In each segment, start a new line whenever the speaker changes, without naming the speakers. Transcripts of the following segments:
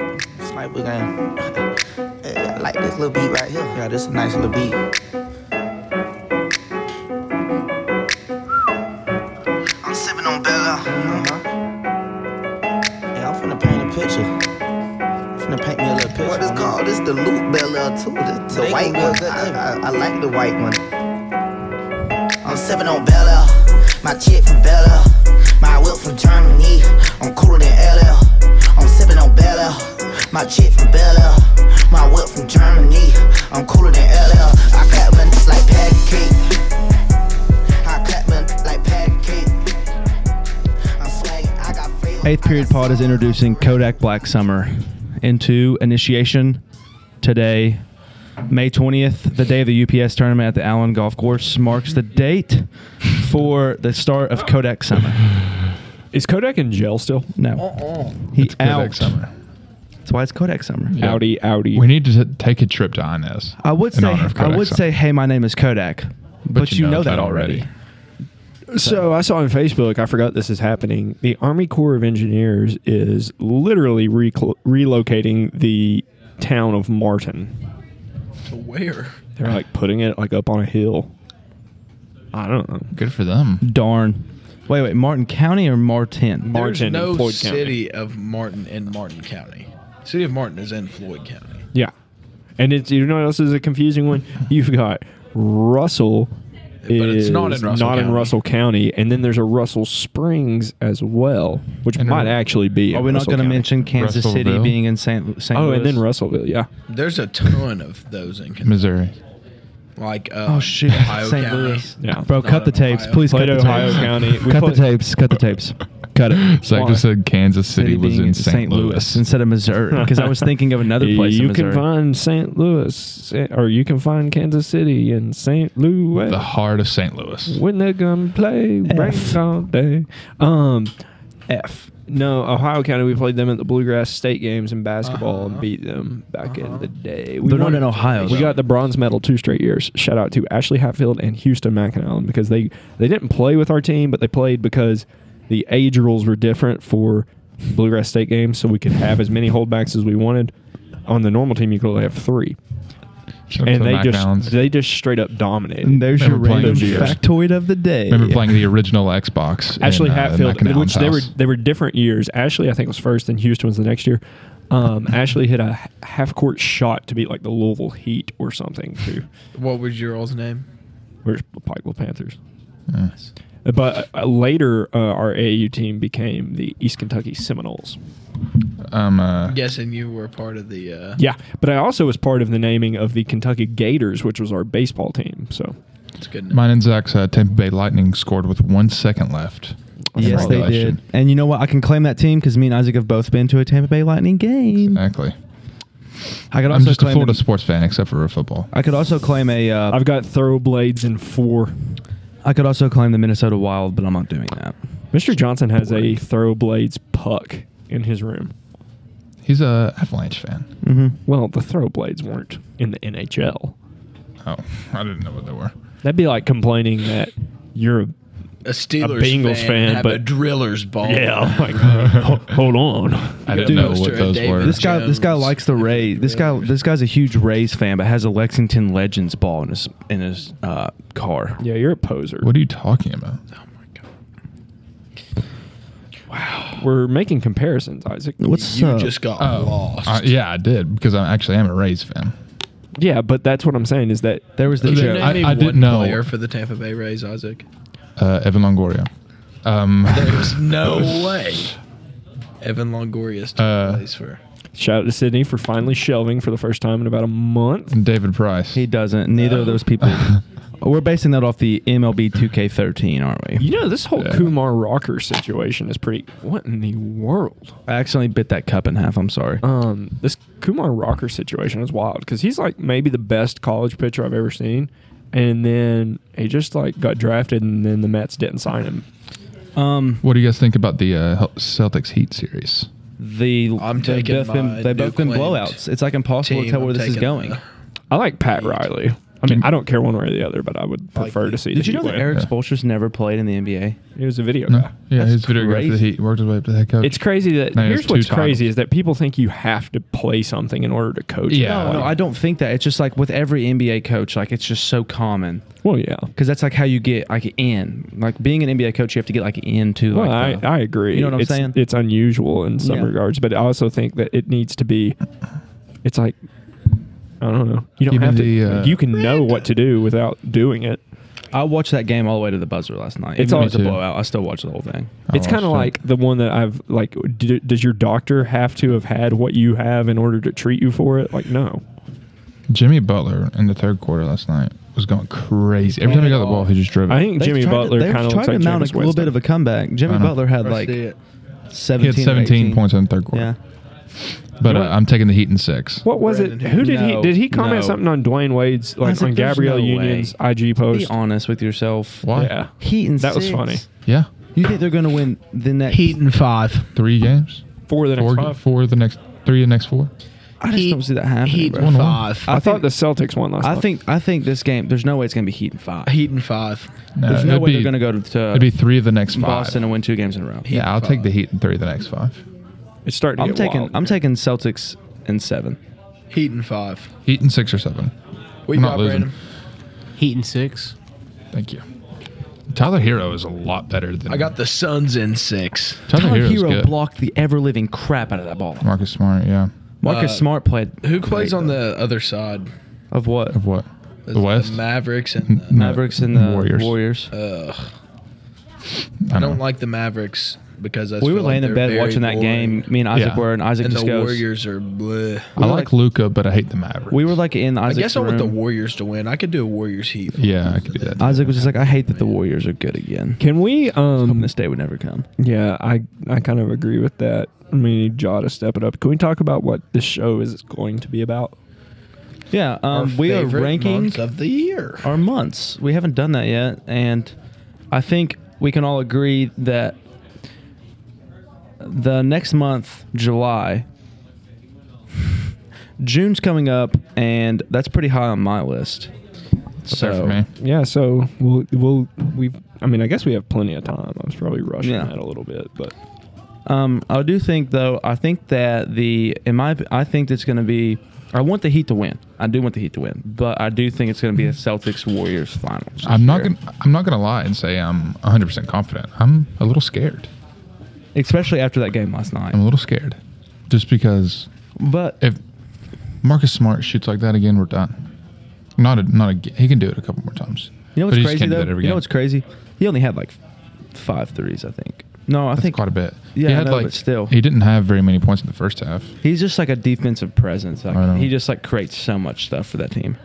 Alright, we going. I like this little beat right here. Yeah, this is a nice little beat. I'm sipping on Bella. Uh-huh. Yeah, I'm finna paint a picture. I'm finna paint me a little picture.
What is
on
called? This the loop Bella too. The, the
They
white
gonna be a
one.
good
I,
name.
I, I like the white one. I'm sipping on Bella. My chick from Bella. My whip from Germany. I'm cooler than LL. I'm sipping on Bella. My chick from Bella. My whip from Germany. I'm cooler than LL. I clap my n- like pancake. I clap my n- like pancake. I'm swagging. I got flavor.
Eighth Period Pod is introducing Kodak Black Summer into initiation today, May 20th, the day of the UPS tournament at the Allen Golf Course, marks the date for the start of Kodak Summer.
Is Kodak in jail still?
No, he out. That's why it's Kodak Summer.
Yeah. Audi, Audi.
We need to t- take a trip to Inez.
I would
in
say,
honor of
I
Kodak
would
Summer.
say, hey, my name is Kodak, but, you, know, that already.
So I saw on Facebook, I forgot this is happening. The Army Corps of Engineers is literally recl- relocating the town of Martin.
Where?
They're like putting it like up on a hill. I don't know.
Good for them.
Darn. Wait, wait, Martin County or Martin?
There's
Martin,
no
Floyd County.
city of Martin in Martin County. City of Martin is in Floyd County.
Yeah. And it's you know what else is a confusing one? You've got Russell but
it's not in Russell County.
County, and then there's a Russell Springs as well, which
And
might
a-
actually be.
Are
in
we not
Russell
going to
County.
mention Kansas City
Russellville?
being in St. St.
Oh,
Louis?
and then Russellville, yeah.
There's a ton of those in Kentucky.
Missouri.
Like uh,
Oh shoot!
Ohio
St.
County.
Louis.
Yeah.
Bro,
Not
cut the
Ohio.
tapes, please.
Played
cut the
Ohio
tapes.
County. We
cut
played-
the tapes. Cut the tapes. Cut it.
Zach just said Kansas City, was
being
in St. Louis.
instead of Missouri, because I was thinking of another place. in
You
Missouri.
can find St. Louis, or you can find Kansas City and St. Louis.
The heart of St. Louis.
when they're gonna play
F.
rain all day. Um,
F.
no, Ohio County. We played them at the Bluegrass State Games in basketball and beat them back in the day. We
They're Uh-huh. not
won-
in Ohio,
We
though.
got the bronze medal two straight years. Shout out to Ashley Hatfield and Houston McAnallen because they they didn't play with our team, but they played because the age rules were different for Bluegrass State Games, so we could have as many holdbacks as we wanted. On the normal team, you could only have three,
Shout out to
and
the
they just
Mackdowns.
they just straight up dominated.
And there's your
Remember playing
random
those years.
factoid of the day.
Remember playing the original Xbox? in,
Ashley
uh,
Hatfield,
Mackinac
which they were
House.
they were different years. Ashley, I think, was first, and Houston was the next year. Um, Ashley hit a half court shot to beat like the Louisville Heat or something too.
What was your old's name?
Where's the Pikeville Panthers?
Yeah.
But uh, later, uh, our AAU team became the East Kentucky Seminoles.
Um, uh,
Guessing you were part of the. Uh,
Yeah, but I also was part of the naming of the Kentucky Gators, which was our baseball team. So
It's good. enough.
Mine and Zach's uh, Tampa Bay Lightning scored with one second left. in
Yes, they
regulation.
did. And you know what? I can claim that team because me and Isaac have both been to a Tampa Bay Lightning game.
Exactly.
I could
I'm
also
just a
claim.
Florida
an-
sports fan, except for football.
I could also claim a. Uh,
I've got throw blades in four.
I could also claim the Minnesota Wild, but I'm not doing that.
Mr. Johnson has a throw blades puck in his room.
He's a Avalanche fan.
hmm
Well, the throw blades weren't in the NHL.
Oh, I didn't know what they were.
That'd be like complaining that you're a
A Steelers
Bengals
fan,
fan,
have
but-
a Drillers ball.
like hold on.
I
Dude,
didn't know
Mr.
what those
Davis.
were.
This guy, this guy
Jones.
likes the Rays. This guy, this guy's a huge Rays fan, but has a Lexington Legends ball in his in his uh, car.
Yeah, you're a poser.
what are you talking about?
Oh my god.
We're making comparisons, Isaac.
What's
you
up?
just got
Oh,
lost.
uh, yeah, I did because I actually am a Rays fan.
Yeah, but that's what I'm saying is that
there was the
Could you
joke.
name
I-
me
I didn't
one
know.
player for the Tampa Bay Rays, Isaac?
Uh, Evan Longoria. Um,
There's no way. Evan Longoria's
Uh,
Tampa Bay's for.
shout out to Sydney for finally shelving for the first time in about a month.
David Price.
He doesn't. Neither of those people. We're basing that off the MLB 2K13, aren't we?
You know, this whole
Yeah.
Kumar Rocker situation is pretty. What in the world?
I accidentally bit that cup in half. I'm sorry.
Uh,
Um, this Kumar Rocker situation is wild because he's like maybe the best college pitcher I've ever seen, and then he just like got drafted, and then the Mets didn't sign him.
Um,
What do you guys think about the uh, Hel- Celtics Heat series?
the
I'm
they've
taking
both been,
my
they've both
Duke
been
Wings
blowouts. It's like impossible
Team, uh,
to tell where
I'm
this is
taking
going.
the-
I like Pat Riley. I mean, I don't care one way or the other, but I would
Like
prefer
the-
to see.
Did
the
you know
Heat
that
win.
Eric
Yeah.
Spoelstra's never played in the NBA?
He was a video
No.
guy.
Yeah,
That's
his video guy for the
crazy.
Heat worked his way up to the head coach.
It's crazy that
No, he has
here's what's
two
crazy
titles.
is that people think you have to play something in order to coach.
Yeah.
Like,
No, no, I don't think that. It's just like with every NBA coach, like it's just so common
Well, yeah.
because that's like how you get like in. Like being an NBA coach, you have to get like into.
Well, I,
like the-
I agree.
You know what I'm
it's,
saying?
It's unusual in some
Yeah.
regards, but I also think that it needs to be. It's like I don't know. You don't
Even
have to.
the, uh,
you can know what to do without doing it.
I watched that game all the way to the buzzer last night.
It's
Even
all-
if it's a
Me too.
blowout. I still watched the whole thing.
I
it's kind of
watched
like the one that I've like. D- does your doctor have to have had what you have in order to treat you for it? Like no.
it. Jimmy Butler in the third quarter last night was going crazy. Every time he got the ball, he just drove it.
I think Jimmy Butler kind of looks
to
like
mount a
Jameis
little
Winston.
bit of a comeback. Jimmy
I know.
Butler had
I
like
see it.
he
17,
had
or
17
18.
points in the third quarter.
Yeah,
But uh, I'm taking the Heat in six.
What was it?
Brandon
Who did
No,
he did he comment
no.
something on Dwayne Wade's like
said,
on
"There's
Gabrielle
no
Union's IG
be
post?
honest with yourself.
Why?
Yeah,
Heat and
that was
six.
funny.
Yeah.
You think they're going to win the next?
Heat and five.
Three games.
Four of the next
Four,
five.
four of the next three of the next four.
I just
Heat-
don't see that happening.
Heat
bro.
and
One, one.
five.
I,
think-
thought the Celtics won last.
I
night.
think I think this game. There's no way it's going to be Heat and five.
Heat and five.
No,
There's no
it'd
way
be-
they're going to go to, to
It'd be three of the next five.
Boston and win two games in a row.
yeah, I'll take the Heat in three of the next five.
it's starting. To
I'm
get
taking
wild.
I'm taking Celtics in seven.
Heat and five.
Heat in six or seven.
We
I'm
got
not losing.
Brandon.
Heat and six.
Thank you. Tyler Hero is a lot better than
I got the Suns in six.
Tyler,
Tyler
Hero's
Hero
good.
blocked the ever living crap out of that ball.
Marcus Smart, yeah.
Marcus
Uh,
Smart played
Who plays
great,
on
though.
the other side?
of what
Of what?
Is it
The West.
Mavericks and the,
No.
Mavericks and the Warriors.
Warriors.
Uh, Ugh.
I
I don't
know.
like the Mavericks because I
We
feel
were
like
laying in
they're
bed
very
watching that
boring.
game. Me and Isaac
Yeah.
were, and Isaac
And
just
the
goes.
Warriors are bleh.
I
were
like
like-
Luca, but I hate the Mavericks.
We were like in
I
Isaac's
guess I
room.
want the Warriors to win. I could do a Warriors Heat.
yeah, I could do that.
Isaac was just like, I hate that the Warriors are good again.
Can we? Um.
Hoping this day would never come.
Yeah, I I kind of agree with that. I mean, you need Jaw to step it up. Can we talk about what this show is going to be about?
Yeah,
Our
um, we are
favorite
ranking
months of the year.
our months. We haven't done that yet, and I think we can all agree that the next month, July, June's coming up, and that's pretty high on my list.
That's fair for me.
So
Yeah, so we'll we'll we. I mean, I guess we have plenty of time. I was probably rushing
Yeah.
that a little bit, but
um, I do think, though, I think that the in my I think it's going to be. I want the Heat to win. I do want the Heat to win, but I do think it's going to be a Celtics Warriors finals.
Mm-hmm. I'm not gonna. I'm not gonna lie and say I'm 100 percent confident. I'm a little scared.
especially after that game last night.
I'm a little scared, just because
But
Um, if Marcus Smart shoots like that again, we're done. Not a not a. g- He can do it a couple more times.
You know
But
what's
he just
crazy
can't do
though?
that every
You know
game.
what's crazy? He only had like five threes, I think. No, I
That's
think
quite a bit.
Yeah,
he
I
had
know,
like
but still.
He didn't have very many points in the first half.
he's just like a defensive presence. Like,
I know.
he just like creates so much stuff for that team.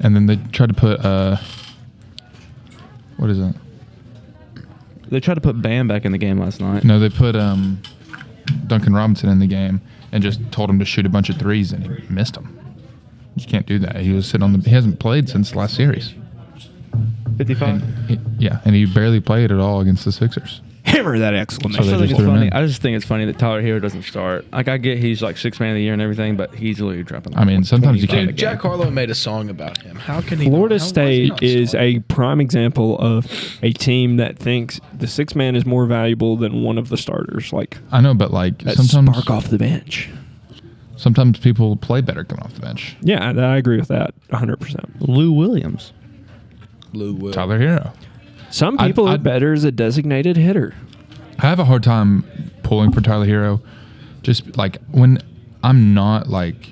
And then they tried to put uh, what is it?
They tried to put Bam back in the game last night.
No, they put um, Duncan Robinson in the game and just told him to shoot a bunch of threes, and he missed them. You can't do that. He was sitting on the. He hasn't played since the last series.
Fifty-five.
He- yeah, and he barely played at all against the Sixers.
Hammer that
So
exclamation.
I,
they just
think it's
threw him
funny.
in.
I just think it's funny that Tyler Hero doesn't start. Like I get he's like six man of the year and everything, but he's literally dropping. Like
I mean, sometimes you
Dude,
can't.
Jack Harlow made a song about him. How can he?
Florida
how was he
State
not
is
starting?
a prime example of a team that thinks the six man is more valuable than one of the starters. Like
I know, but like
that
sometimes,
spark off the bench.
sometimes people play better coming off the bench.
Yeah, that, I agree with that 100. percent
Lou Williams.
Lou Will.
Tyler Hero.
Some
I'd-
people are
I'd-
better as a designated hitter.
I have a hard time pulling for Tyler Hero. Just like when I'm not like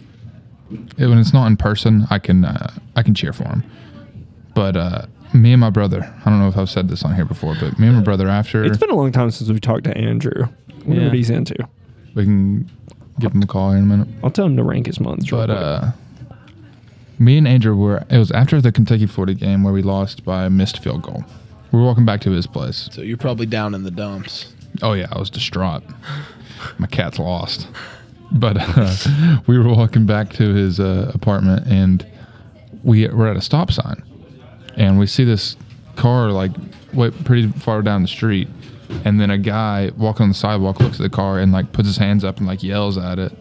when it's not in person, I can uh, I can cheer for him. But uh, me and my brother, I don't know if I've said this on here before, but me and my brother after
It's been a long time since we talked to Andrew. Wonder
Yeah.
what he's into.
we can give him a call here in a minute.
I'll tell him to rank his months. real
But
quick.
uh, me and Andrew were it was after the Kentucky Florida game where we lost by a missed field goal. We were walking back to his place.
So you're probably down in the dumps.
Oh yeah, I was distraught. My cat's lost. But uh, we were walking back to his uh, apartment, and we were at a stop sign, and we see this car like way pretty far down the street, and then a guy walking on the sidewalk looks at the car and like puts his hands up and like yells at it,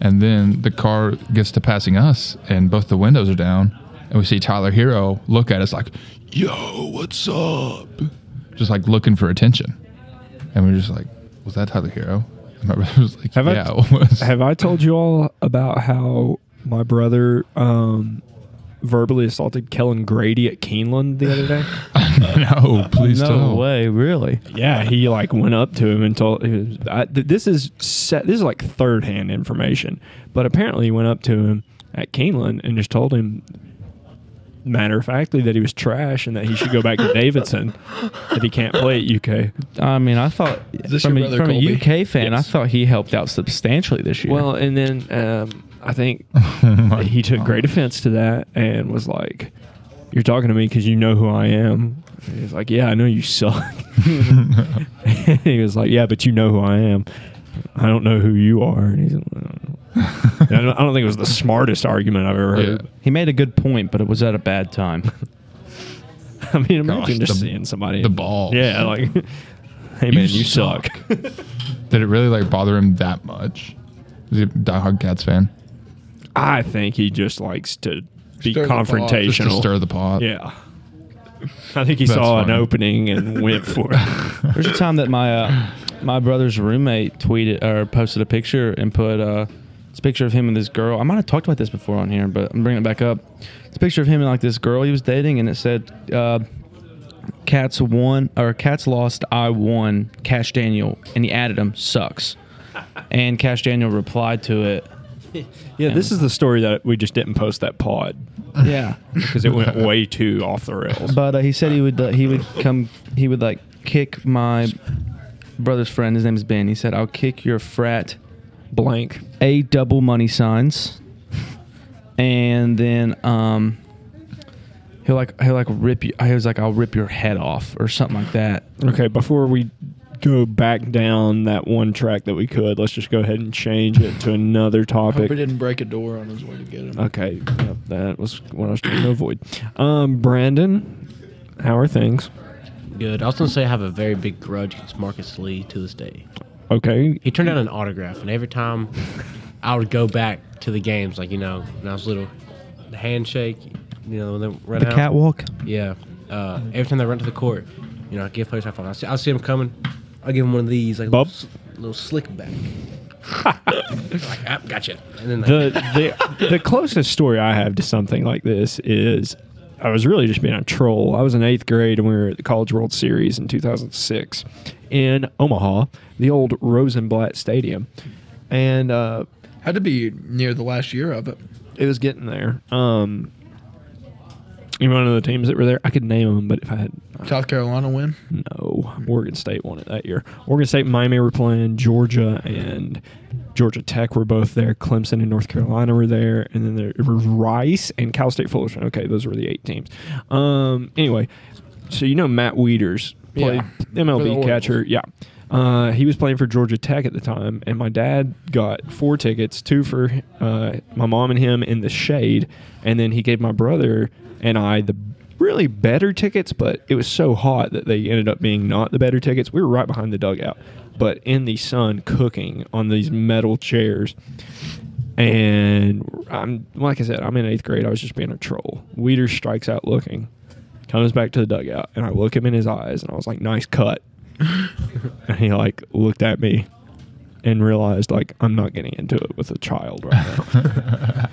and then the car gets to passing us, and both the windows are down, and we see Tyler Hero look at us like, "Yo, what's up?" Just like looking for attention, and we're just like, "Was that Tyler Hero?" And my brother was like,
Have I-
"Yeah, it was."
Have I told you all about how my brother um, verbally assaulted Kellen Grady at Keeneland the other day?
no, please
No
tell.
way, really?
Yeah, he like went up to him and told. He was, I, th- this is set, this is like third hand information, but apparently he went up to him at Keeneland and just told him, matter of factly, that he was trash and that he should go back to Davidson, that he can't play at UK.
I mean, I thought
this
from,
your
a,
brother,
from a
Colby?
UK fan,
Yes.
I thought he helped out substantially this year.
Well, and then um, I think
My
he took
God.
great offense to that and was like, "You're talking to me because you know who I am." And He's like, "Yeah, I know you suck." he was like, "Yeah, but you know who I am. I don't know who you are." And he's like, "I don't know." And I, don't, I don't think it was the smartest argument I've ever
Yeah.
heard.
he made a good point, but it was at a bad time.
I mean, imagine
Gosh,
just
the-
seeing somebody
the balls.
Yeah, like, hey man, you suck.
Did it really like bother him that much? Is he a diehard Cats fan?
I think he just likes to be
Stir the pot.
Just to
confrontational.
stir the pot.
yeah. I think he
That's
saw
funny.
an opening and went for it.
There's a time that my uh, my brother's roommate tweeted or posted a picture and put uh, this picture of him and this girl. I might have talked about this before on here, but I'm bringing it back up. It's a picture of him and like this girl he was dating, and it said, uh, "Cats won or Cats lost, I won." Cash Daniel, and he added him sucks, and Cash Daniel replied to it.
Yeah, this is the story that we just didn't post that pod
Yeah,
because it went way too off the rails.
But uh, he said he would uh, he would come he would like kick my brother's friend. His name is Ben. He said, "I'll kick your frat
Blank.
a double money signs, and then um." He'll like he'll like rip you. He was like, "I'll rip your head off" or something like that.
Okay, before we go back down that one track that we could, let's just go ahead and change it to another
Hope he
topic.
didn't break a door on his way to get him.
Uh,
Okay, yep, that was what I was trying to avoid. Um, Brandon, how are things?
Good. I was gonna say I have a very big grudge against Marcus Lee to this day.
Okay,
He turned out an autograph, and every time I would go back to the games, like you know, when I was little, the handshake, you know, when they run
The
out.
catwalk.
Yeah. Uh, every time they run to the court, you know, I give players high five. I see, I see them coming. I give them one of these, like
Bob?
little, s- little slick back. like, ah, gotcha. And then like,
the the the closest story I have to something like this is I was really just being a troll. I was in eighth grade and we were at the College World Series in 2006 in Omaha, the old Rosenblatt Stadium, and uh,
Had to be near the last year of it.
it was getting there. Um, you want to know the teams that were there? I could name them, but if I had
South Carolina win.
no, Oregon State won it that year. Oregon State and Miami were playing. Georgia and Georgia Tech were both there. Clemson and North Carolina were there. And then there it was Rice and Cal State Fullerton. Okay, those were the eight teams. Um, anyway, so you know Matt Weeders played
Yeah. For the
MLB
Orioles.
catcher. Yeah. Uh, he was playing for Georgia Tech at the time, and my dad got four tickets, two for uh, my mom and him in the shade, and then he gave my brother and I the really better tickets, but it was so hot that they ended up being not the better tickets. We were right behind the dugout, but in the sun, cooking on these metal chairs. And I'm like I said, I'm in eighth grade. I was just being a troll. Weeder strikes out looking, comes back to the dugout, and I look him in his eyes, and I was like, "Nice cut." and he like looked at me, and realized like I'm not getting into it with a child right now.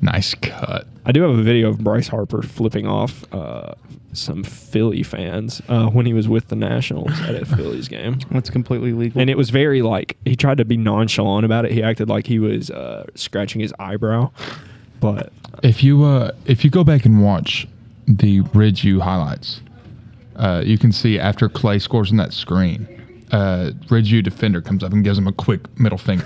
Nice cut.
I do have a video of Bryce Harper flipping off uh, some Philly fans uh, when he was with the Nationals at a Phillies game.
That's completely legal.
And it was very like he tried to be nonchalant about it. He acted like he was uh, scratching his eyebrow, but
If you uh, if you go back and watch the Ridgeview highlights, uh, you can see after Clay scores on that screen, uh, Ridgeview defender comes up and gives him a quick middle finger.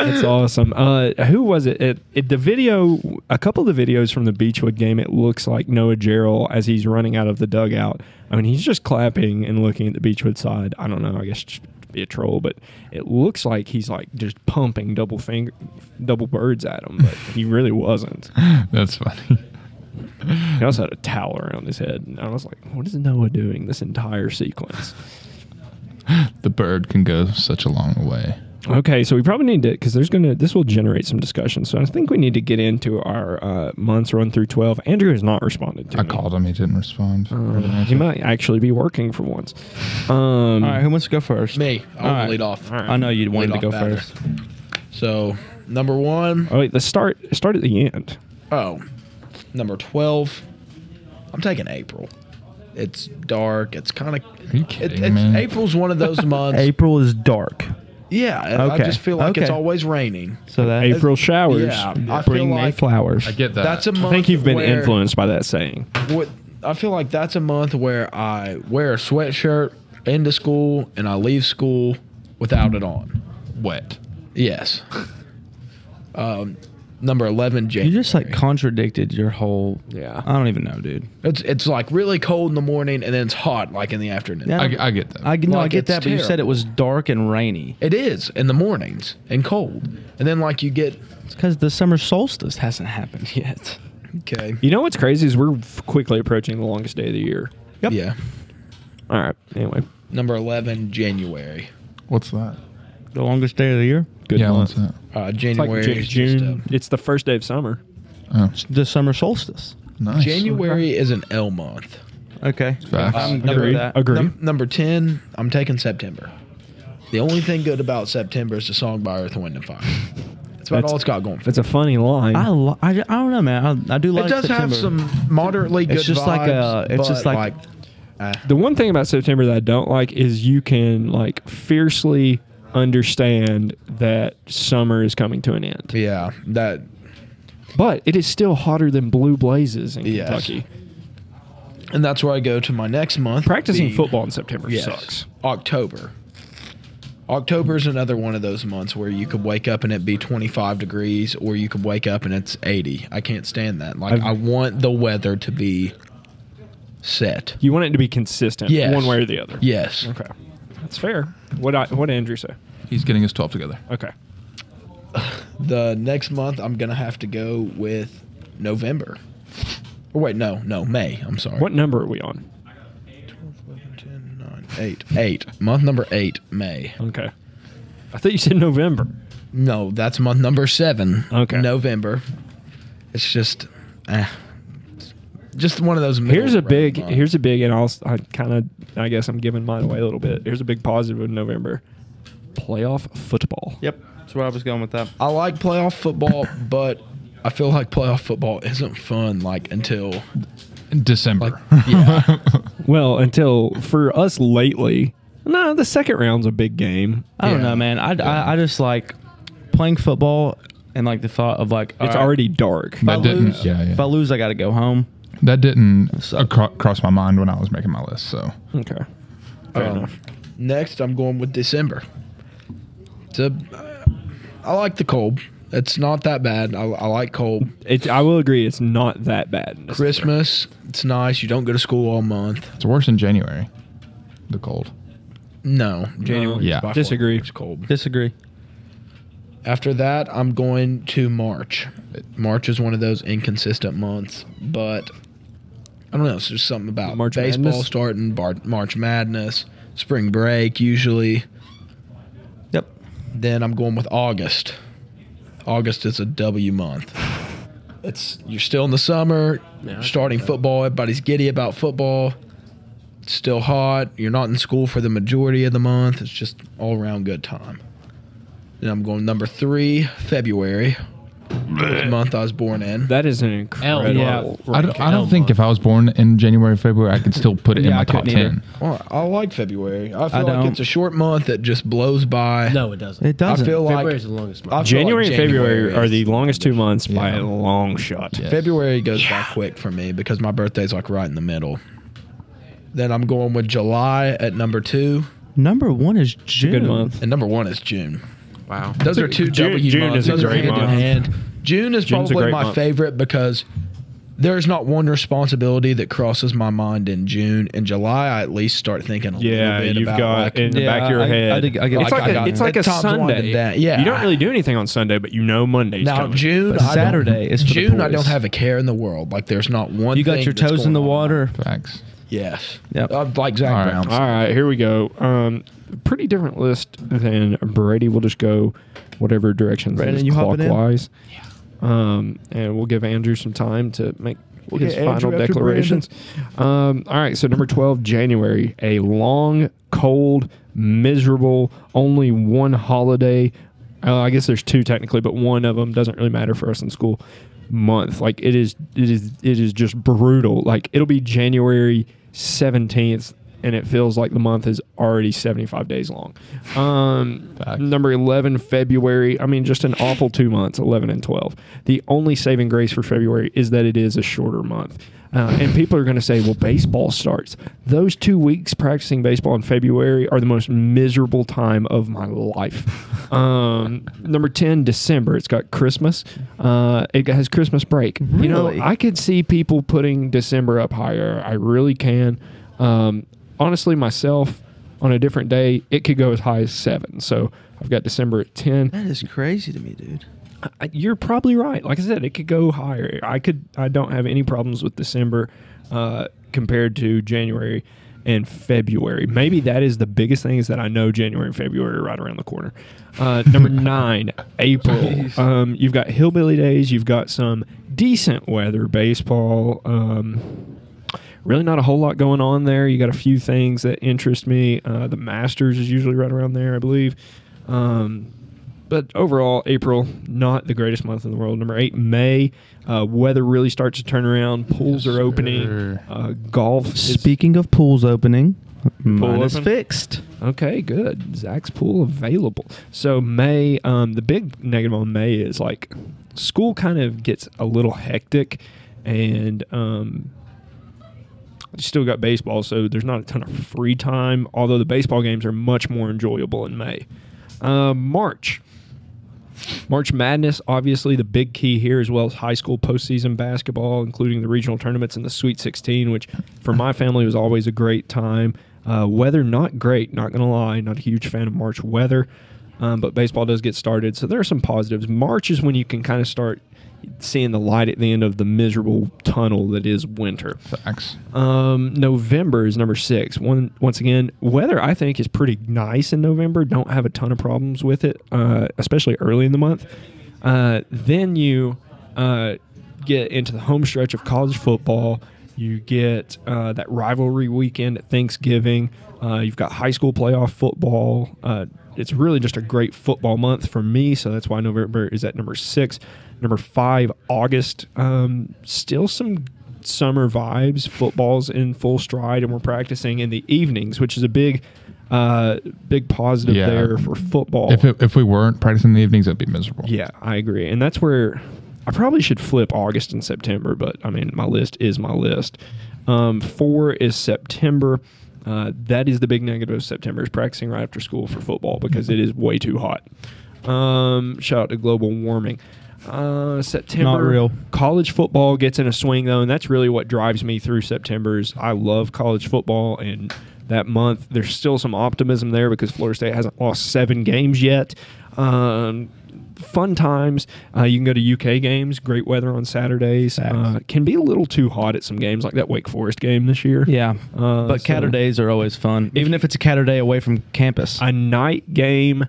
That's awesome. Uh, who was it? It, it? The video, a couple of the videos from the Beachwood game, it looks like Noah Gerald as he's running out of the dugout. I mean, he's just clapping and looking at the Beachwood side. I don't know. I guess just to be a troll, but it looks like he's like just pumping double finger, double birds at him, but he really wasn't.
That's funny.
He also had a towel around his head, and I was like, "What is Noah doing this entire sequence?"
The bird can go such a long way.
Okay, so we probably need to because there's gonna this will generate some discussion. So I think we need to get into our uh, months run through twelve. Andrew has not responded to
I
me.
called him. He didn't respond.
He might actually be working for once. Um,
All right, who wants to go first?
Me, I'll
All right.
lead off.
I know you wanted
Lead
to go
off batter.
first.
So number one,
Oh wait, let's start start at the end.
oh, number twelve. I'm taking April. It's dark. It's kind of.
Are you
It,
kidding
it's,
me?
April's one of those months.
April is dark.
Yeah, I- I
Okay,
just feel like it's
okay.
always raining.
So that
April showers
Yeah, I feel
bring May
like-
flowers.
I get that.
That's a month.
I think you've been
where-
influenced by that saying.
What, I feel like that's a month where I wear a sweatshirt into school and I leave school without it on.
wet.
Yes. Um, number eleven, January.
you just like contradicted your whole.
Yeah.
I don't even know, dude.
it's it's like really cold in the morning and then it's hot like in the afternoon.
Yeah.
I, I get that.
I no, I
Like,
get
it's
that, but you said it
terrible.
was dark and rainy.
It is in the mornings and cold, and then like you get
It's because the summer solstice hasn't happened yet.
okay.
You know what's crazy is we're f- quickly approaching the longest day of the year.
Yeah.
All right. Anyway,
Number eleven, January.
What's that?
The longest day of the year.
good
yeah,
month.
what's that?
Uh,
It's like
January.
Ju-
is just,
June.
uh,
It's the first day of summer.
Oh,
The summer solstice.
nice.
uh, January is an L month.
Okay.
Facts.
I'm good
Agree.
with that.
Agree.
Num- number 10, I'm taking September. The only thing good about September is the song by Earth, Wind, and Fire. That's about
That's-
all it's got going for it.
That's a funny line.
I, lo- I, I don't know, man. I, I do like
It does have
September.
some moderately good
It's just
vibes,
like a- it's
but,
just like-
The one thing about September that I don't like is you can like fiercely understand that summer is coming to an end.
yeah, that,
But it is still hotter than blue blazes in
Yes.
Kentucky.
and that's where I go to my next month.
Practicing
the-
football in September
yes,
sucks.
October. October is another one of those months where you could wake up and it be 25 degrees, or you could wake up and it's 80. I can't stand that. Like,
I've-
I want the weather to be set.
You want it to be consistent
Yes.
one way or the other.
Yes.
Okay. That's fair. What I, what did Andrew say?
He's getting his 12 together.
Okay.
The next month, I'm gonna have to go with November. Or wait, no, no, May. I'm sorry.
What number are we on?
10, 9, 8. 8. Month number 8, May.
Okay. I thought you said November.
No, that's month number 7.
Okay.
November. It's just, eh. Just one of those. middle
Here's a
ground
big.
months.
Here's a big, and I'll. I kind of. I guess I'm giving mine away a little bit. Here's a big positive of November. Playoff football.
Yep. That's where I was going with that.
I like playoff football, but I feel like playoff football isn't fun like until
December.
yeah.
Well, until for us lately, no, the second round's a big game.
I don't
Yeah.
know, man. I, I, I just like playing football and like the thought of like all
it's
right,
already dark.
if I
that didn't.
lose-
Yeah,
If I
yeah.
lose, I got to go home.
That didn't
So-
acro- cross my mind when I was making my list. So
Okay. Fair enough.
Next, I'm going with December. It's a, I like the cold. It's not that bad. I, I like cold.
It's, I will agree, it's not that bad.
Christmas, it's nice. You don't go to school all month.
it's worse in January. The cold.
No, January. is
Yeah.
by far
Disagree.
It's cold.
Disagree.
After that, I'm going to March. March is one of those inconsistent months, but I don't know. It's just something about
March
baseball
Madness?
starting, bar- March Madness, spring break usually.
Yep.
Then I'm going with August. August is a W month. It's you're still in the summer,
Yeah, I
starting football. Everybody's giddy about football. It's still hot. You're not in school for the majority of the month. It's just all around good time. Then I'm going number three, February, the month I was born in.
That is an
L.
incredible.
Yeah.
I don't, I don't think if I was born in January, February, I could still put it in
Yeah,
my
I
top
couldn't either.
10.
Well, I like February. I feel
I
like
don't.
it's a short month that just blows by.
No, it doesn't.
It doesn't.
I feel like
February's the longest
I feel
month.
like
January and February
January
are
is-
the longest two months by
Yeah.
a long shot.
Yes.
February goes by quick for me because my birthday's like right in the middle. Then I'm going with July at number two,
Number one is June.
Good month.
and number one is June.
Wow.
Those are two
June-
W
June
months.
is a
Those are
great
hand in
month.
hand. June is
June's a
probably
great
my
month.
favorite because there's not one responsibility that crosses my mind in June. In July, I at least start thinking a
Yeah,
little bit
you've
about
got
like,
in the
Yeah,
back of your
I-
head.
I dig- I get
it's
that.
like,
I got
a, it's like a
that. Tom's wanted
Sunday.
that, yeah.
You don't really do anything on Sunday, but you know Monday's
now
coming.
June.
But
I don't-
Saturday is for the
June. I
boys.
don't have a care in the world. Like there's not one.
You got
thing
your
that's
toes in
going
the
on.
water.
Facts.
Yes.
Yep.
Uh, like Zach
All right.
Brown.
All right, here we go. Um, pretty different list than Brady. We'll just go whatever direction
Brandon,
is
you hopping in?
clockwise. Um, and we'll give Andrew some time to make
We'll
his
get
final
Andrew after
declarations. Um, all right, so number 12, January. A long, cold, miserable, only one holiday. Uh, I guess there's two technically, but one of them doesn't really matter for us in school. Month like it is, it is, it is just brutal. Like it'll be January 17th, and it feels like the month is already 75 days long. Um,
Facts.
Number 11, February. I mean, just an awful two months, 11 and 12. The only saving grace for February is that it is a shorter month. Uh, and people are going to say, well, baseball starts. Those two weeks practicing baseball in February are the most miserable time of my life. Um, number 10, December. It's got Christmas. Uh, it has Christmas break. You know,
Really?
I could see people putting December up higher. I really can. Um, honestly, myself, on a different day, it could go as high as seven. So I've got December at 10.
That is crazy to me, dude.
I- You're probably right. Like I said, it could go higher. I could. I don't have any problems with December uh, compared to January and February. Maybe that is the biggest thing is that I know January and February are right around the corner. Uh, number nine, April. Um, you've got hillbilly days. You've got some decent weather, baseball. Um, really not a whole lot going on there. You got a few things that interest me. Uh, the Masters is usually right around there, I believe. Um, but overall, April not the greatest month in the world. Number eight, May, uh, weather really starts to turn around. Pools are opening.
sir.
Uh, golf. is-
Speaking of pools opening, mine is
open?
fixed.
Okay, good. Zach's pool available. So May, um, the big negative on May is like school kind of gets a little hectic, and um, you still got baseball, so there's not a ton of free time. Although the baseball games are much more enjoyable in May. Um, March. March Madness, obviously the big key here, as well as high school postseason basketball, including the regional tournaments and the Sweet 16, which for my family was always a great time. Uh, weather not great, not gonna lie, not a huge fan of March weather, um, but baseball does get started, so there are some positives. March is when you can kind of start seeing the light at the end of the miserable tunnel that is winter.
Facts.
Um, November is number six. One once again, weather I think is pretty nice in November. Don't have a ton of problems with it, uh, especially early in the month. Uh, then you uh, get into the home stretch of college football. You get uh, that rivalry weekend at Thanksgiving. Uh, you've got high school playoff football. Uh, it's really just a great football month for me, so that's why November is at number six. Number five, August. Um, still some summer vibes. Football's in full stride, and we're practicing in the evenings, which is a big, uh, big positive
Yeah.
there for football.
If, it, if we weren't practicing in the evenings, it'd be miserable.
yeah, I agree, and that's where I probably should flip August and September. But I mean, my list is my list. Um, four is September. Uh, that is the big negative of September is practicing right after school for football because it is way too hot. Um, shout out to global warming. Uh, September.
Not real.
College football gets in a swing though, and that's really what drives me through September's. I love college football, and that month there's still some optimism there because Florida State hasn't lost seven games yet. Um, fun times. Uh, you can go to UK games. Great weather on Saturdays. Uh, can be a little too hot at some games, like that Wake Forest game this year.
Yeah,
Uh,
but
so-
catter days are always fun, even if it's a catter day away from campus.
A night game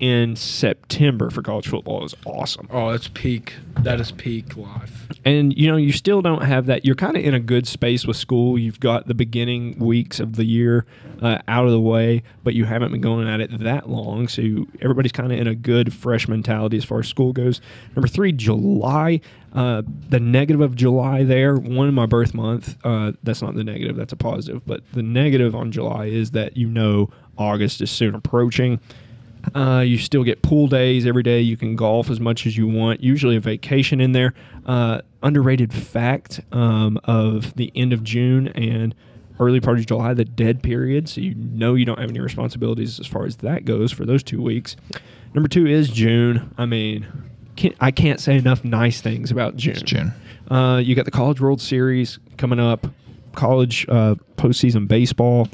in September for college football is awesome.
Oh, that's peak. That is peak life.
and you know you still don't have that you're kind of in a good space with school you've got the beginning weeks of the year uh, out of the way but you haven't been going at it that long so you, everybody's kind of in a good fresh mentality as far as school goes number three july uh, the negative of july there one my birth month uh, that's not the negative that's a positive but the negative on july is that you know august is soon approaching uh, you still get pool days every day. You can golf as much as you want. Usually a vacation in there. Uh, underrated fact um, of the end of June and early part of July, the dead period. So you know you don't have any responsibilities as far as that goes for those two weeks. Number two is June. I mean, can't, I can't say enough nice things about June.
It's June.
Uh, you got the College World Series coming up, college uh, postseason baseball,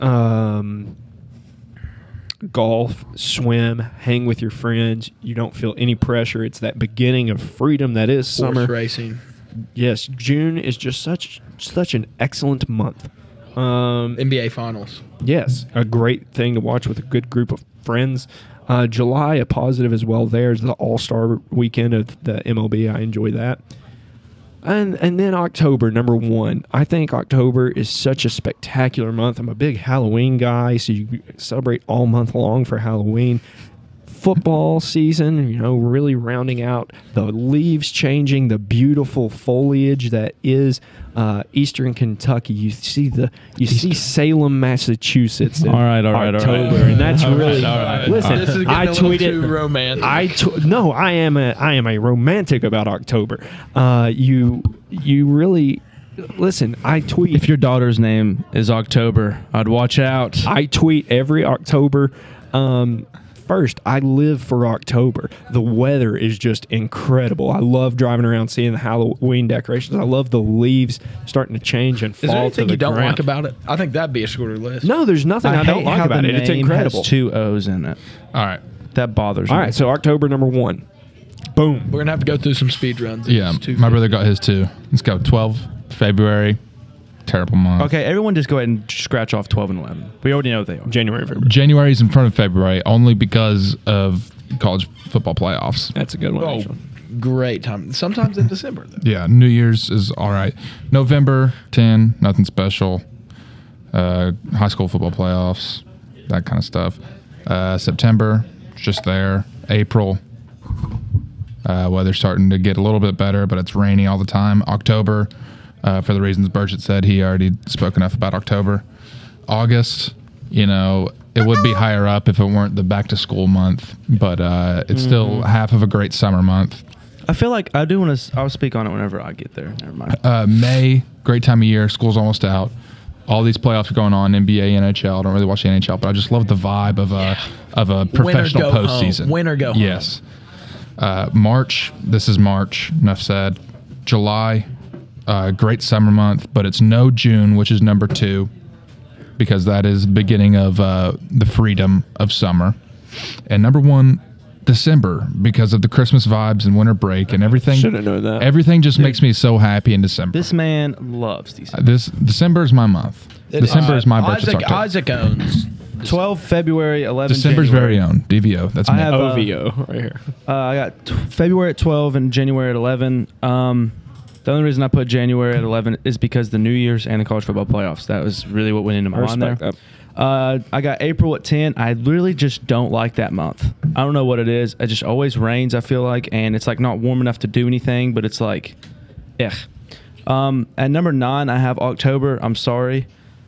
um, golf, swim, hang with your friends. You don't feel any pressure. It's that beginning of freedom that is
Horse
summer.
racing.
yes, June is just such such an excellent month. Um,
NBA Finals.
Yes, a great thing to watch with a good group of friends. Uh, July, a positive as well. There's the All Star weekend of the MLB. I enjoy that. And and then October, number one. I think October is such a spectacular month. I'm a big Halloween guy, so you celebrate all month long for Halloween. Football season, you know, really rounding out the leaves changing, the beautiful foliage that is uh, Eastern Kentucky. You see the you see Salem, Massachusetts. in
All right, all right, all right.
October, and that's
All right,
really
all right, all
listen.
right.
This is getting
I
a little
tweeted
too romantic.
I tw- no, I am a I am a romantic about October. Uh, you you really listen. I tweet
If your daughter's name is October, I'd watch out.
I tweet every October. Um, first, I live for October. The weather is just incredible. I love driving around seeing the Halloween decorations. I love the leaves starting to change and fall
Is there
to
anything
the
you don't
ground.
like about it? I think that'd be a shorter list.
No, there's nothing I, don't
hate
like
how
about
the
it. It's
name
incredible.
Has two O's in it.
All right.
That bothers
All
me.
right, so October number one. Boom.
We're gonna have to go through some speed runs.
Yeah,
It's too
my
fast.
brother got his too. Let's go. 12 February. Terrible month.
Okay, everyone just go ahead and scratch off 12 and 11. We already know what they are.
January, February.
January's in front of February only because of college football playoffs.
That's a good one.
Oh,
actually.
great time. Sometimes in December though.
Yeah, New Year's is all right. November 10, nothing special. Uh, high school football playoffs, that kind of stuff. Uh, September, just there. April, uh, weather's starting to get a little bit better, but it's rainy all the time. October, uh, for the reasons Burgett said, he already spoke enough about October. August, you know, it would be higher up if it weren't the back to school month, but uh, it's still half of a great summer month.
I feel like I do want to. I'll speak on it whenever I get there. Never mind.
uh, May, great time of year. School's almost out. All these playoffs are going on. NBA, NHL. I don't really watch the NHL, but I just love the vibe of a of a professional
go home.
postseason.
Winter go home.
Yes. Uh, March. This is March. Enough said. July, uh, great summer month, but it's no June, which is number two, because that is beginning of uh, the freedom of summer. And number one, December, because of the Christmas vibes and winter break and everything.
Should've known that.
Everything just makes me so happy in December.
This man loves these.
This December is my month. December is my birthday.
Isaac, Isaac owns.
12 February, 11
December's
January.
very own DVO. That's
I
me.
have uh,
OVO right here.
Uh, I got t- February at 12 and January at 11. Um, the only reason I put January at 11 is because the New Year's and the college football playoffs. That was really what went into my
I
mind there.
respect that.
Uh, I got April at 10. I literally just don't like that month. I don't know what it is. It just always rains, I feel like, and it's like not warm enough to do anything, but it's like, eh. Um, at number nine, I have October. I'm sorry.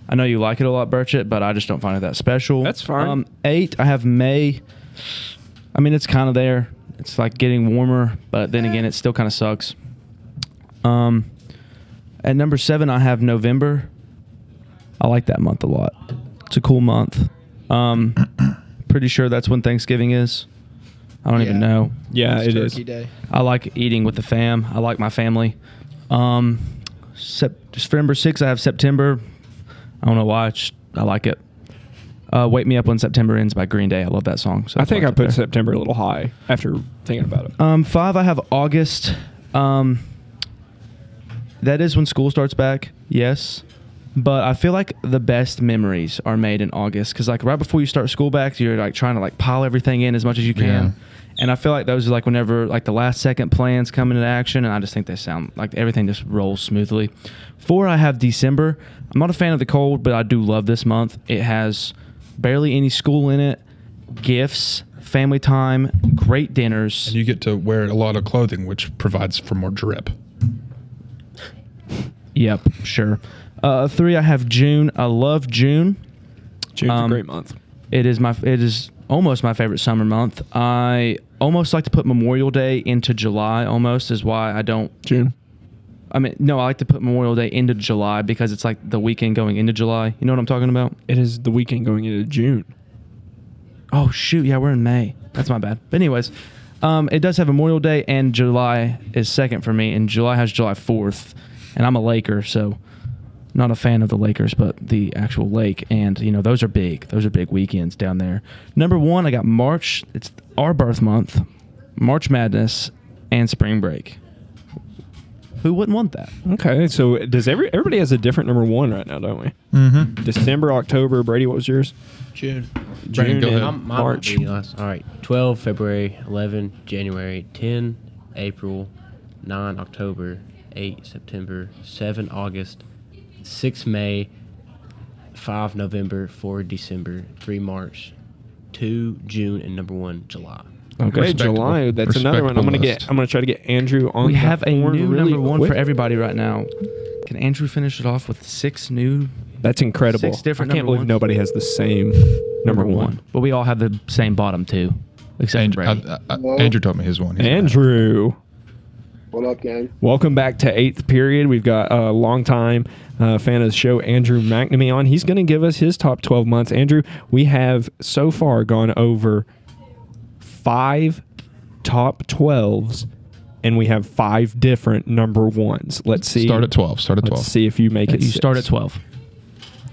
I know you like it a lot, Burchett, but I just don't find it that special.
That's fine.
Um, eight, I have May. I mean, it's kind of there. It's like getting warmer, but then again, it still kind of sucks. Um, at number seven, I have November. I like that month a lot. It's a cool month. Um, pretty sure that's when Thanksgiving is. I don't even
Yeah.
know.
Yeah,
It's
it is.
Turkey Day.
I like eating with the fam. I like my family. Um, sep- September 6th, I have September. I don't know why. I, just, I like it. Uh, Wake Me Up When September Ends by Green Day. I love that song. So
I
that's
think
why it's
I
up
put
there.
September a little high after thinking about it.
Um, five, I have August. Um, that is when school starts back. Yes. But I feel like the best memories are made in August because, like, right before you start school back, you're like trying to like pile everything in as much as you can.
Yeah.
And I feel like those are like whenever like the last second plans come into action, and I just think they sound like everything just rolls smoothly. Four, I have December. I'm not a fan of the cold, but I do love this month. It has barely any school in it, gifts, family time, great dinners.
you get to wear a lot of clothing, which provides for more drip.
Yep, sure. Uh, three, I have June. I love June.
June's
Um,
a great month.
It is my it is almost my favorite summer month. I almost like to put Memorial Day into July. Almost is why I don't.
June.
I mean, no, I like to put Memorial Day into July because it's like the weekend going into July. You know what I'm talking about?
It is the weekend going into June.
Oh shoot, yeah, we're in May. That's my bad. But anyways, um, it does have Memorial Day and July is second for me, and July has July fourth, and I'm a Laker, so not a fan of the Lakers, but the actual lake, and you know those are big. Those are big weekends down there. Number one, I got March. It's our birth month, March Madness, and spring break. Who wouldn't want that?
Okay, so does every everybody has a different number one right now, don't we?
Mm-hmm.
December, October. Brady, what was yours?
June.
Brandon, go
and
ahead.
Mine might
March.
be last- All right. 12 February, 11 January, 10 April, 9 October, 8 September, 7 August, 6 May, 5 November, 4 December, 3 March, 2 June, and number 1 July.
Oh,
Okay,
Respectable-
July. That's another one. I'm
respectable
gonna
list.
get. I'm gonna try to get Andrew on.
We
the
have a
horn
new
really
number one
quick.
for everybody right now. Can Andrew finish it off with six new
That's incredible.
Six different
I can't
number
believe
ones.
nobody has the same number one.
But we all have the same bottom two, except for
Andrew,
Brady.
I, I, I, Andrew told me his one. He's
Andrew,
What up, gang?
welcome back to eighth period. We've got a long time uh, fan of the show, Andrew McNamee, on. He's going to give us his top 12 months. Andrew, we have so far gone over five top 12s, and we have five different number ones. Let's see.
Start at 12. Start at
Let's
12.
see if you make it.
you start at
six.
twelve.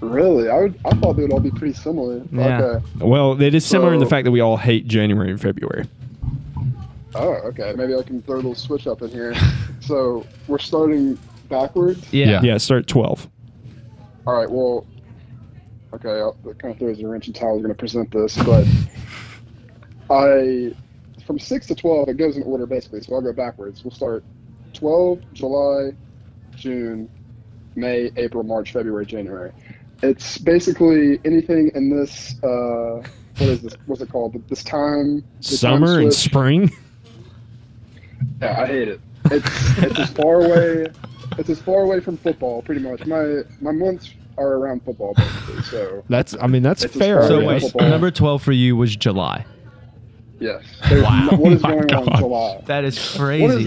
Really? I, would, I thought they would all be pretty similar. but
Yeah.
Okay.
Well, it is similar in the
So-
fact that we all hate January and February.
Oh, okay. Maybe I can throw a little switch up in here. so we're starting backwards.
Yeah.
Yeah, start 12.
All right. Well, okay. I'll, that kind of throws a wrench into how I was going to present this, but I, from six to twelve, it goes in order basically. So I'll go backwards. We'll start twelve, July, June, May, April, March, February, January. It's basically anything in this. Uh, what is this? What's it called? This time. the time
Summer and
switch.
spring.
Yeah, I hate it. It's it's as far away. It's as far away from football, pretty much. My my months are around football, basically. So
That's, I mean, that's
It's a
fair. I
start.
So
yeah.
guess.
wait,
Football.
number twelve for you was July.
yes, there's
Wow.
no- what is
My
going on
gosh.
in July?
That is
What
crazy.
is-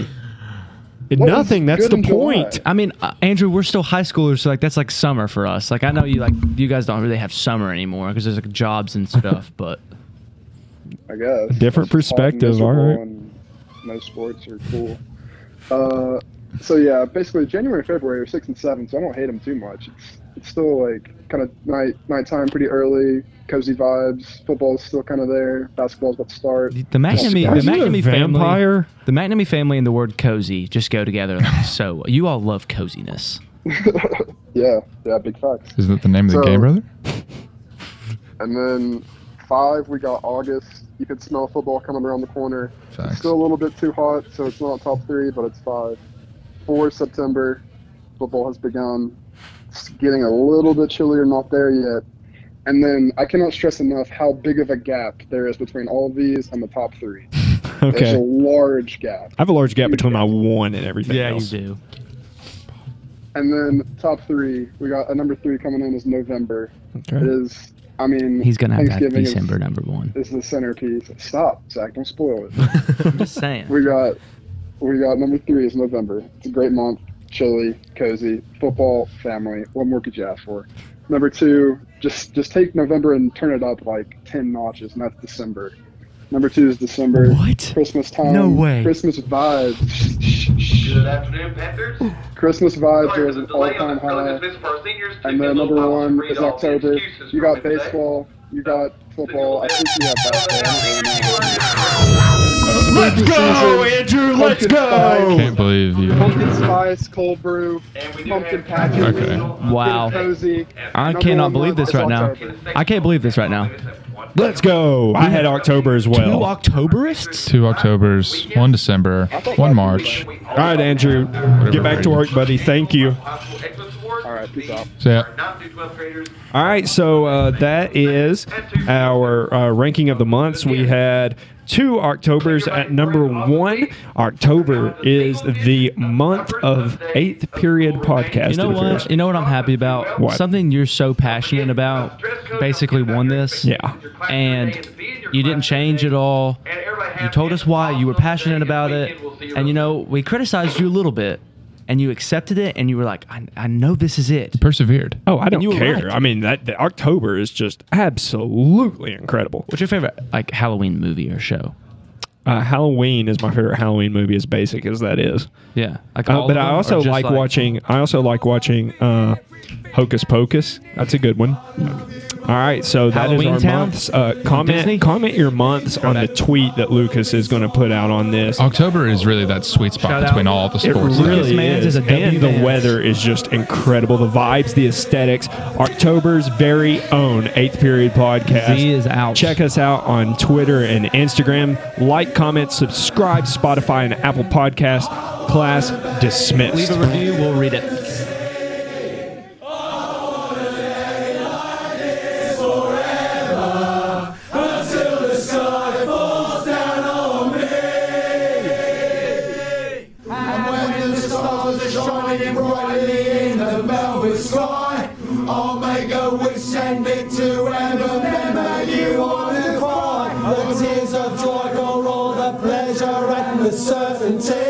What is
Nothing. That's
good
the
in
point.
July?
I mean, uh, Andrew, we're still high schoolers, so like that's like summer for us. Like I know you like you guys don't really have summer anymore because there's like jobs and stuff. But
I guess
Different
It's hot and
perspective, all
miserable
right.
and No sports are cool. Uh, so yeah, basically January, February are six and seven, so I don't hate them too much. It's it's still like kind of night nighttime, pretty early, cozy vibes. Football's still kind of there. Basketball's about to start.
the McNamee,
Are
the
you a
McNamee family,
vampire.
the McNamee family, and the word cozy just go together. Like, so you all love coziness.
Yeah, yeah, big facts.
Isn't that the name of the
So-
game, brother?
And then five, we got August. You could smell football coming around the corner.
Facts.
It's still a little bit too hot, so it's not top three, but it's five. Four, September. Football has begun. It's getting a little bit chillier, not there yet. And then I cannot stress enough how big of a gap there is between all of these and the top three. There's
Okay.
a large gap.
I have a large gap between my one and everything
Yeah,
else.
you do.
And then top three, we got a number three coming in is November. It
Okay.
is, I mean,
He's gonna have that
Thanksgiving is-
December number one.
is the centerpiece. Stop, Zach. Don't spoil it.
I'm just saying.
We got we got number three is November. It's a great month. Chilly, cozy, football, family. What more could you ask for? Number two, just just take November and turn it up like ten notches, and that's December. Number two is December.
What?
Christmas time.
No way.
Christmas vibes.
Good afternoon, Panthers.
Uh, Christmas vibes are
There's
an
a delay on
all-time
the
high.
coaches' miss for our seniors.
And then number one is October. You got baseball. You got football. I think you have basketball. Let's
Go, Oh, Andrew. Let's go.
Can't believe you.
Pumpkin spice, cold brew, pumpkin patty.
Okay.
Wow.
Get cozy.
I
Number
cannot
one
believe
month
this
is
right now.
October.
I can't believe this right now.
Let's go. I had October as
Two
well. All
Octoberists?
Two Octobers, one December, one March.
All
right, Andrew. Get back to work, buddy. Thank you.
All
right, peace out.
So, yeah.
Not new 12th graders.
All right, so uh, that is our uh, ranking of the months. We had two Octobers at number one. October is the month of eighth period podcast.
You know
to be
what?
fair.
You know what I'm happy about?
What?
Something you're so passionate about basically won this.
Yeah.
And you didn't change at all. You told us why you were passionate about it. And you know, we criticized you a little bit and you accepted it and you were like, I, I know this is it.
Persevered.
Oh, I don't
you were
care.
right.
I mean, that the October is just absolutely incredible.
What's your favorite like Halloween movie or show?
Uh, Halloween is my favorite Halloween movie, as basic as that is.
Yeah. Like
Uh,
all
but
of
I
them, or
also
just
like, watching. I also like watching uh, Hocus Pocus. That's a good one. All right, so that is
Halloween
our
Town?
months. Uh, comment
Disney?
comment your months on the tweet that Lucas is going to put out on
Oh,
this.
October is really that sweet spot
Shout out.
between all the
It
sports.
really
Man's
is,
is a
and
W
the
Vance.
weather is just incredible. The vibes, the aesthetics. October's very own Eighth Period podcast.
Z is out.
Check us out on Twitter and Instagram. Like, comment, subscribe, Spotify, and Apple Podcast. Class dismissed.
Leave a review. We'll read it.
the tears of joy go all the pleasure and the certainty.